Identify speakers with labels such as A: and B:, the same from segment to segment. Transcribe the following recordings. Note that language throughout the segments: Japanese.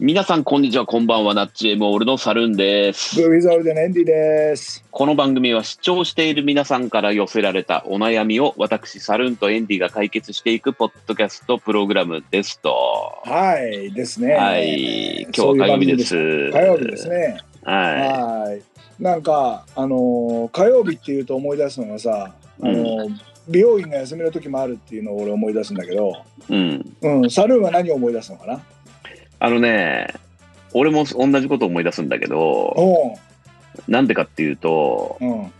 A: 皆さん、こんにちは、こんばんは、ナッチエムオールのサルンです。
B: ブリザルデンエンディです。
A: この番組は視聴している皆さんから寄せられたお悩みを私、サルンとエンディが解決していくポッドキャストプログラムですと。
B: はい、ですね。
A: はい、今日
B: そう
A: は火曜
B: いう番
A: 日
B: 組
A: で。す。
B: 火曜日です。ね。
A: は
B: はい。なんか、あのー火曜日っていうと思い出すのがさ、あのー美容院が休みの時もあるっていうのを俺思い出すんだけど、
A: い。うん。
B: うん、サルーンは何を思い出すのかな
A: あのね、俺も同じこと思い出すんだけど、
B: お
A: なんでかっていうと、
B: うん、うん、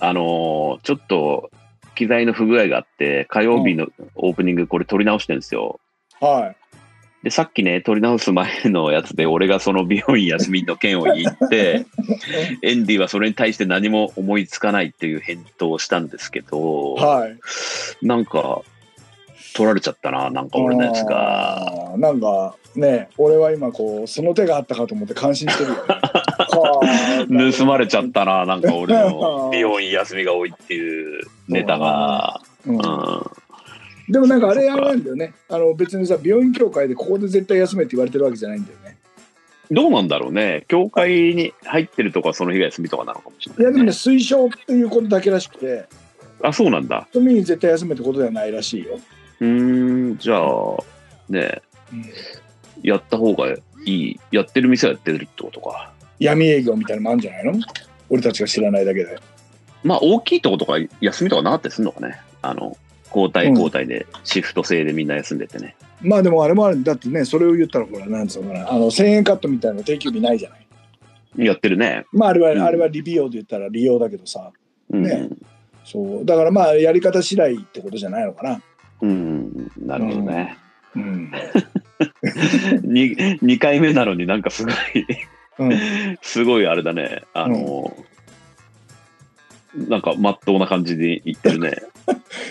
A: あのーちょっと機材の不具合があって、火曜日のオープニングこれ撮り直してるんですよ。
B: はい。
A: で、さっきね、撮り直す前のやつで、俺がその美容院休みの件を言 って、エンディはそれに対して何も思いつかないっていう返答をしたんですけど、
B: はい。
A: なんか、取られちゃったな、なんか俺のやつが。
B: あー。なんかね、俺は今こう、その手があったかと思って感心してるよ、ね はあ。
A: 盗まれちゃったな、なんか俺の美容院休みが多いっていうネタが。
B: うん
A: うん
B: でもなんかあれあれなんだよね。あの別にさ、病院協会でここで絶対休めって言われてるわけじゃないんだよね。
A: どうなんだろうね、教会に入ってるとか、その日が休みとかなのかもしれないい、
B: やでもね、推奨っていうことだけらしくて、
A: あ、そうなんだ。
B: 都民に絶対休めってことではないらしいよ。
A: うーん、じゃあ、ね
B: うん
A: やった方がいい。やってる店はやってるってことか。
B: 闇営業みたいなのもあるんじゃないの俺たちが知らないだけで。
A: まあ、大きいとことか、休みとかなかったりするのかね。あの、交代
B: うん
A: 交代で、シフト制でみんな休んでてね。
B: まあでもあれもあるだってね、それを言ったらほら、なんつうのかな、あの1000円カットみたいな定休日ないじゃない。
A: やってるね。
B: まああれは、
A: うん
B: あれは利用で言ったら利用だけどさ、
A: うん。
B: ねそう、だからまあやり方次第ってことじゃないのかな。
A: うん、なるほどね。
B: うん。
A: に 2, 回目なのになんかすごい、
B: うん、
A: すごいあれだね。あの、なんかまっとうな感じで言ってる ね。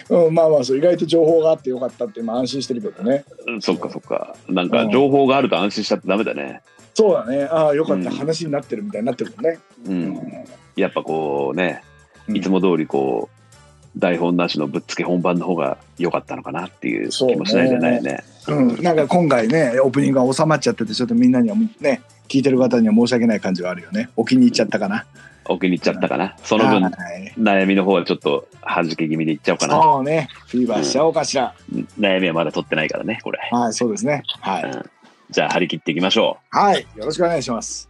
B: うん、まあまあそう、意外と情報があってよかったって、まあ安心してるけどね。
A: うんそっかそっか。なんか情報があると安心しちゃってダメだね。
B: そうだね。ああ、よかった、
A: うん
B: 話になってるみたいになってるもんね。
A: うん。やっぱこうね、
B: うん
A: いつも通りこう、台本なしのぶっつけ本番の方が良かったのかなっていう
B: そうね
A: 気もしないじゃないね。
B: うん、なんか今回ね、オープニングが収まっちゃってて、ちょっとみんなにはね、聞いてる方には申し訳ない感じはあるよね。お気に入っちゃったかな。
A: お気に入っちゃったかな。その分、
B: はい。
A: 悩みの方はちょっと弾け気味でいっちゃおうかな。
B: そうね、フィーバーしちゃおうかしら。
A: 悩みはまだ取ってないからね、これ。
B: はい、そうですね。は
A: う
B: い。
A: んじゃあ張り切っていきましょ
B: はい、よろしくお願いします。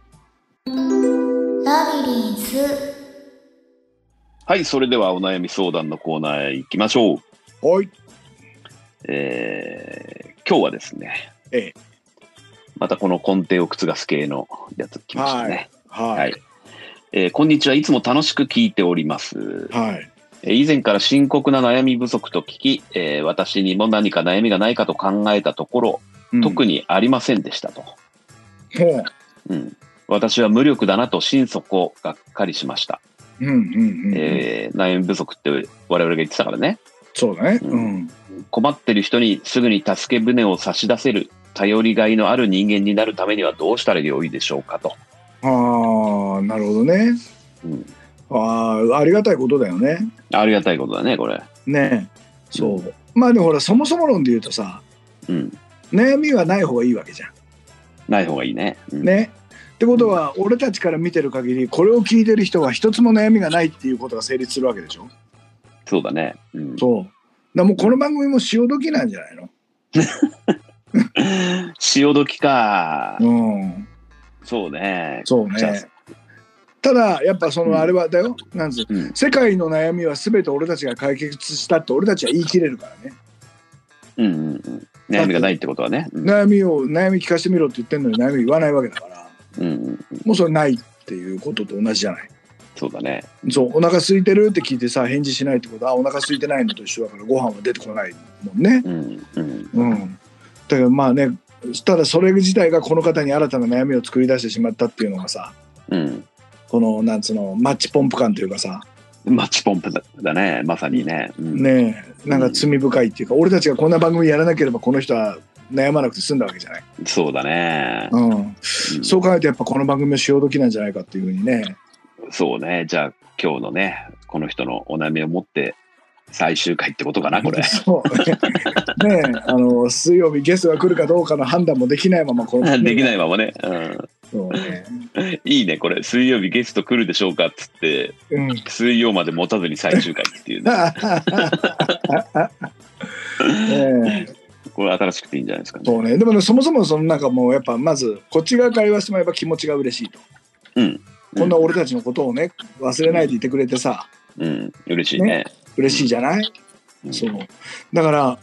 C: ラビリンス
A: う。はい、それではお悩み相談のコーナーへ行きましょう。
B: おい。
A: えー今日はですね、
B: ええ
A: またこの根底を覆す系のやつ来ましたね。は
B: はいい。
A: えーこんにちは。いつも楽しく聞いております。
B: はい。
A: えー以前から深刻な悩み不足と聞き、えー私にも何か悩みがないかと考えたところ、特
B: に。
A: にありませんでしたと。
B: も
A: うん私は無力だなと心底がっかりしました、
B: う。うんうんうん。
A: えー悩み不足って我々が言ってたからね。
B: そうだね。
A: う
B: うんん。
A: 困ってる人にすぐに助け舟を差し出せる、頼りがいのある人間になるためにはどうしたらよいでしょうかと。
B: ああ、なるほどね。
A: うん
B: ああ、ありがたいことだよね。
A: ありがたいことだね、これ。
B: ねえそうまあでもほらそもそも論で言うとさ
A: うん。
B: 悩みはない方がいいわけじゃ
A: ない方がいいね。うん
B: んねってことは俺たちから見てる限りこれを聞いてる人は一つも悩みがないっていうことが成立するわけでしょ
A: そうだね。うん
B: そうだからもうこの番組も潮時なんじゃないの
A: 潮時か。
B: うん
A: そうね。
B: そう
A: じゃあ
B: ねただやっぱそ
A: うん
B: のあれはだよ、なんつう
A: うん
B: 世界の悩みは全て俺たちが解決したって俺たちは言い切れるからね
A: うんうんうん。悩みがないってことはね。うん
B: 悩みを悩み聞かせてみろって言ってんのに悩み言わないわけだから
A: うんうん。
B: もうそれないっていうことと同じじゃない
A: そうだね。
B: そうお腹空いてるって聞いてさ返事しないってことはあお腹空いてないのと一緒だからご飯は出てこないもんね
A: うんうん。
B: うんだからまあねただそれ自体がこの方に新たな悩みを作り出してしまったっていうのがさ
A: うん。
B: このなんつうのマッチポンプ感というかさ
A: マッチポンプだだね。まさにね。うん
B: ねえなんか罪深いっていうか、俺たちがこんな番組やらなければこの人は悩まなくて済んだわけじゃない、
A: そうだね。
B: うん、
A: うん
B: そう考えるとやっぱこの番組は潮時なんじゃないかっていうふうにね
A: そうね。じゃあ今日のね、この人のお悩みを持って、最終回ってことかな、これ。
B: そう。ねえ、あの、水曜日ゲストが来るかどうかの判断もできないまま、この。。
A: できないいままね。うん
B: そうね。
A: いいね、これ。水曜日ゲスト来るでしょうかっつって、
B: うん。
A: 水曜まで持たずに最終回っていうね。
B: ね え
A: これ新しくていいんじゃないですかね。
B: そうね。でもね、そもそもそのなんかもうやっぱまずこっち側から言わせてもらえば気持ちが嬉しいと。
A: うん。
B: こんな俺たちのことをね、忘れないでいてくれてさ、
A: うん。嬉しいね。
B: 嬉しいじゃない、
A: うん
B: そう。だから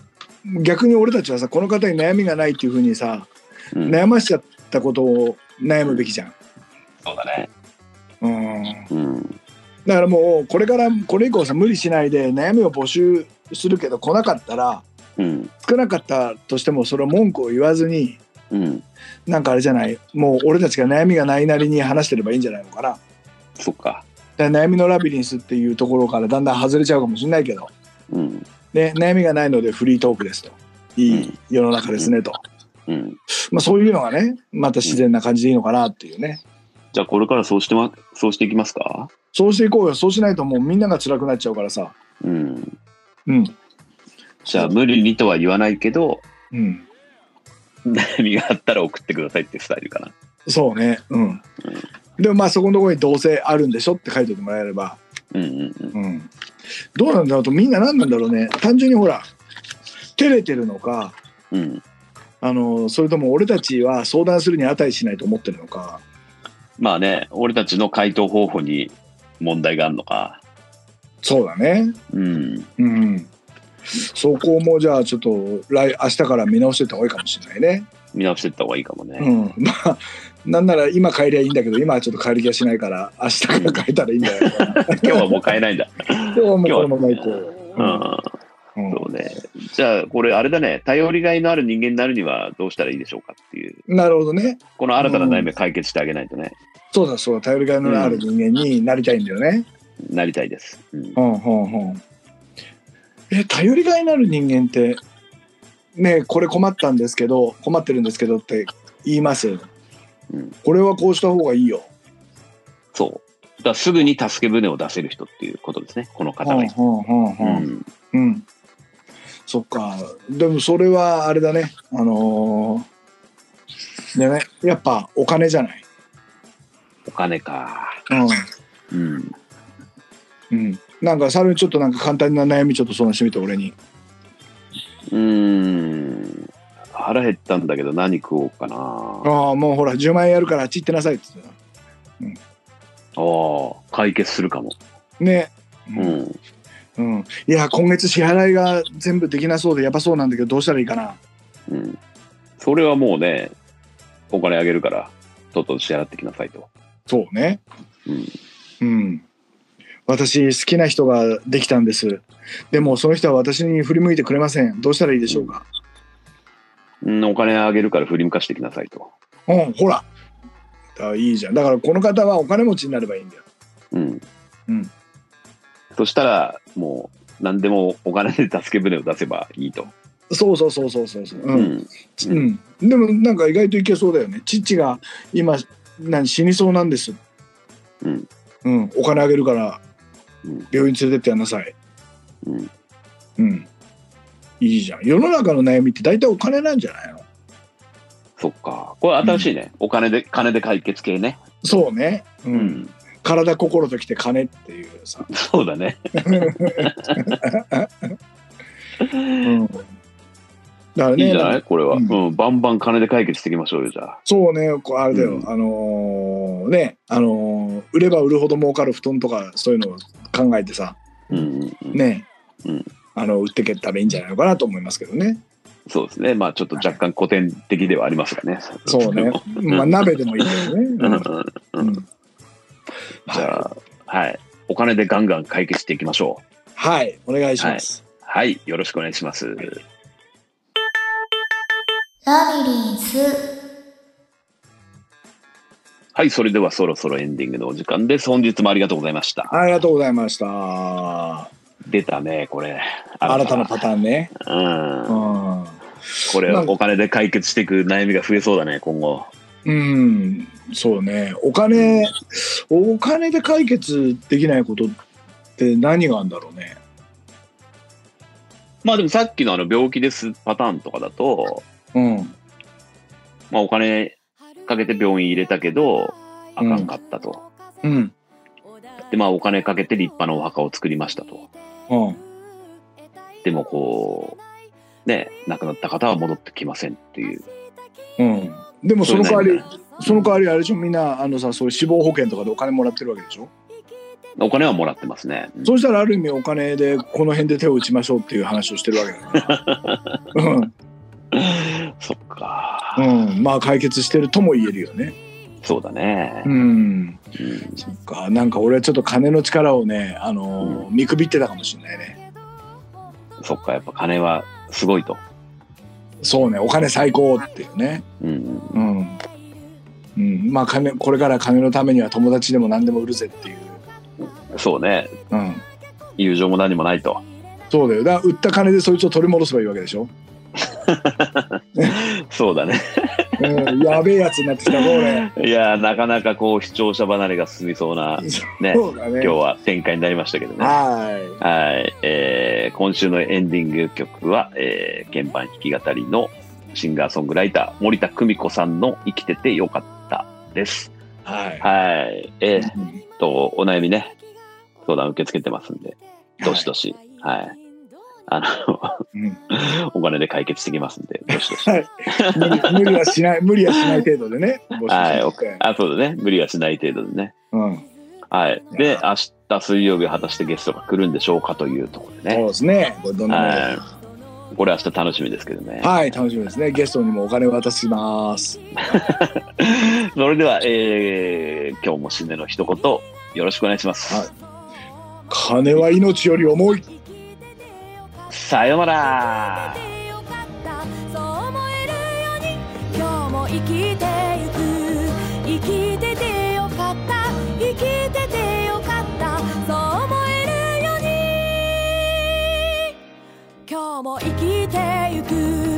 B: 逆に俺たちはさ、この方に悩みがないっていうふうにさ、
A: うん
B: 悩ましちゃったことを悩むべきじゃん。
A: そうだね。
B: うん。
A: うん。
B: だからもうこれからこれ以降さ無理しないで悩みを募集するけど来なかったら
A: うん。
B: 少なかったとしてもそれは文句を言わずに
A: うん。
B: なんかあれじゃないもう俺たちが悩みがないなりに話してればいいんじゃないのかな
A: そっか。
B: だから悩みのラビリンスっていうところからだんだん外れちゃうかもしれないけど、
A: うん。
B: ね、悩みがないのでフリートークですとい
A: うん
B: い世の中ですねと、
A: うん。
B: まあ、そういうのがねまた自然な感じでいいのかなっていうね
A: じゃあ、これからそうしてま、そうしていきますか
B: そうしていこうよそうしないともうみんなが辛くなっちゃうからさ
A: うん。
B: うん
A: じゃあ、無理にとは言わないけど、
B: うん
A: 悩みがあったら送ってくださいってスタイルかな。
B: そうねうんでもまあそこのところに「どうせあるんでしょ」って書いておいてもらえれば、
A: うんうんうん。
B: うん、どうなんだろうとみんな何なんだろうね単純にほら照れてるのか
A: うん。
B: あのそれとも俺たちは相談するに値しないと思ってるのか
A: まあね、俺たちの回答方法に問題があるのか。
B: そうだね
A: うん。
B: うんそこもじゃあちょっと来明日から見直してった方がいいかもしれないね
A: 見直していった方がいいかもね。
B: うんまあなんなら今帰りゃいいんだけど今はちょっと帰る気がしないから明日から帰ったらいいんじゃないか な
A: 今日はもう変えない んだ。
B: 今日はもうこのまま行こう
A: う、ん。
B: うん
A: そうね。じゃあ、これ、あれだね、頼りがいのある人間になるにはどうしたらいいでしょうかっていう、
B: なるほどね。
A: この新たな悩みを解決してあげないとね、
B: そうだそうだ、頼りがいのある人間になりたいんだよね。
A: なりたいです。うん
B: うん、うん、うん。え、頼りがいのある人間って、ねえこれ困ったんですけど、困ってるんですけどって言います。
A: うん
B: これはこうした方がいいよ。
A: そう。だからすぐに助け舟を出せる人っていうことですね、この
B: うん、う
A: 方
B: ん、
A: が
B: う
A: いい。
B: ん、うん。
A: うん
B: うん。そっか。でもそれはあれだね。あのー、でね、やっぱお金じゃない。
A: お金か。
B: うん。
A: うん。
B: うん。なんか、さらにちょっとなんか簡単な悩みちょっと相談してみて、俺に。
A: うーん。腹減ったんだけど何食おうかな。あ
B: ああもうほら10万円やるからあっち行ってなさいっつってた
A: あ、解決するかも。
B: ね
A: うん。
B: うん、いや今月支払いが全部できなそうでやばそうなんだけどどうしたらいいかな
A: うん。それはもうね、お金あげるから、とっとと支払ってきなさいと。
B: そうね
A: うん。
B: うん私好きな人ができたんですでもその人は私に振り向いてくれませんどうしたらいいでしょうか
A: うん、お金あげるから振り向かしてきなさいと。
B: うん、ほらあいいじゃんだからこの方はお金持ちになればいいんだよ
A: うん。
B: うん。
A: そしたら、もう、何でもお金で助け舟を出せばいいと。
B: そうそうそうそうそうそう
A: う
B: うん、
A: う
B: うんん、でもなんか意外といけそうだよね父が今何死にそうなんです
A: うん。
B: うん、お金あげるから
A: うん
B: 病院連れてってやんなさい。
A: うん。
B: うん。いいじゃん。世の中の悩みって大体お金なんじゃないの
A: そっか。これ新しいね。お金で、金で解決系ね。
B: そうね。うん。
A: うん。
B: 体、心ときて金っていうさ。
A: そうだね。
B: うん。だか
A: いい
B: ら
A: ん
B: ね、
A: じゃないこれは、う。
B: うんん
A: バンバン金で解決していきましょうよ、じゃあ。
B: そうね、こうあれだよ、
A: うん
B: あのーね、あのー売れば売るほど儲かる布団とかそういうのを考えてさ、
A: うん、うんうん。
B: ね、
A: うん
B: あの、売ってけたらいいんじゃないのかなと思いますけどね。
A: そうですね。まあ、ちょっと若干古典的ではありますがね。
B: そうね。まあ、鍋でもいいけどね。
A: うん。うん。
B: う
A: うん
B: ん。
A: じゃあ、はい。お金でガンガン解決していきましょう。
B: はい、お願いします。
A: はい、よろしくお願いします。
C: ラビリンス
A: はい、それではそろそろエンディングのお時間です。本日もありがとうございました。
B: ありがとうございました。
A: 出たね、これ。
B: 新たなパターンね。
A: ー
B: う
A: うん。
B: ん。
A: これ、
B: なんか
A: お金で解決していく悩みが増えそうだね、今後。
B: うん、そうね。お金、お金で解決できないことって何があるんだろうね。
A: まあでもさっきのあの病気ですパターンとかだと、
B: うん。
A: まあお金かけて病院入れたけど、あかんかったと。
B: うん。
A: で、まあお金かけて立派なお墓を作りましたと。
B: うん。
A: でもこう、ね、亡くなった方は戻ってきませんっていう。
B: うん。でもその代
A: そ
B: わ
A: ういう
B: り
A: の、
B: その代わりあれでしょ、みんな、あのさ、そういう死亡保険とかでお金もらってるわけでしょ。
A: お金はもらってますね。うん
B: そうしたらある意味お金でこの辺で手を打ちましょうっていう話をしてるわけだから。 うん。
A: そっか。
B: うん。まあ解決してるとも言えるよね。
A: そうだね
B: う。ん。
A: うん
B: そっか。なんか俺はちょっと金の力をね、あのー見くびってたかもしれないね。
A: そっか、やっぱ金はすごいと。
B: そうね、お金最高っていうね。
A: うん。
B: うん。うん、まあ金これから金のためには友達でも何でも売るぜっていう、
A: そうね。
B: うん、
A: 友情も何もないと。
B: そうだよだから売った金でそいつを取り戻せばいいわけでしょ、
A: そうだね。
B: うん、やべえやつになってきたもう ね
A: いやー、なかなかこう、視聴者離れが進みそうな、ね、
B: そうだ
A: 今
B: ね
A: 日は展開になりましたけどね。
B: は
A: はい、えー今週のエンディング曲は、えー鍵盤弾き語りのシンガーソングライター、森田久美子さんの生きててよかったです。
B: いはい、
A: はい、えーっ
B: うん
A: と、お悩みね、相談受け付けてますんで、どしどし、はい。あ
B: うん
A: の、お金で解決してきますんで、どしどし。
B: はい無理無理はしない無理はしない程度でね募集
A: はい、
B: し
A: お
B: て
A: あ、そうだね。無理はしない程度でね。
B: うん
A: はい。
B: い
A: で
B: や、
A: 明日水曜日果たしてゲストが来るんでしょうかというところで
B: そう
A: ね。
B: ですねこれどんなの
A: はい。これ明日楽しみですけどね。
B: はい楽しみですねゲストにもお金渡 します
A: それでは、えー今日も締めの一言、よろしくお願いします。
B: はい金は命より重い
A: さようなら
D: よかったそう思えるように今日も生きてゆく生きててよかった生きててよかったそう思えるように今日も生きてゆく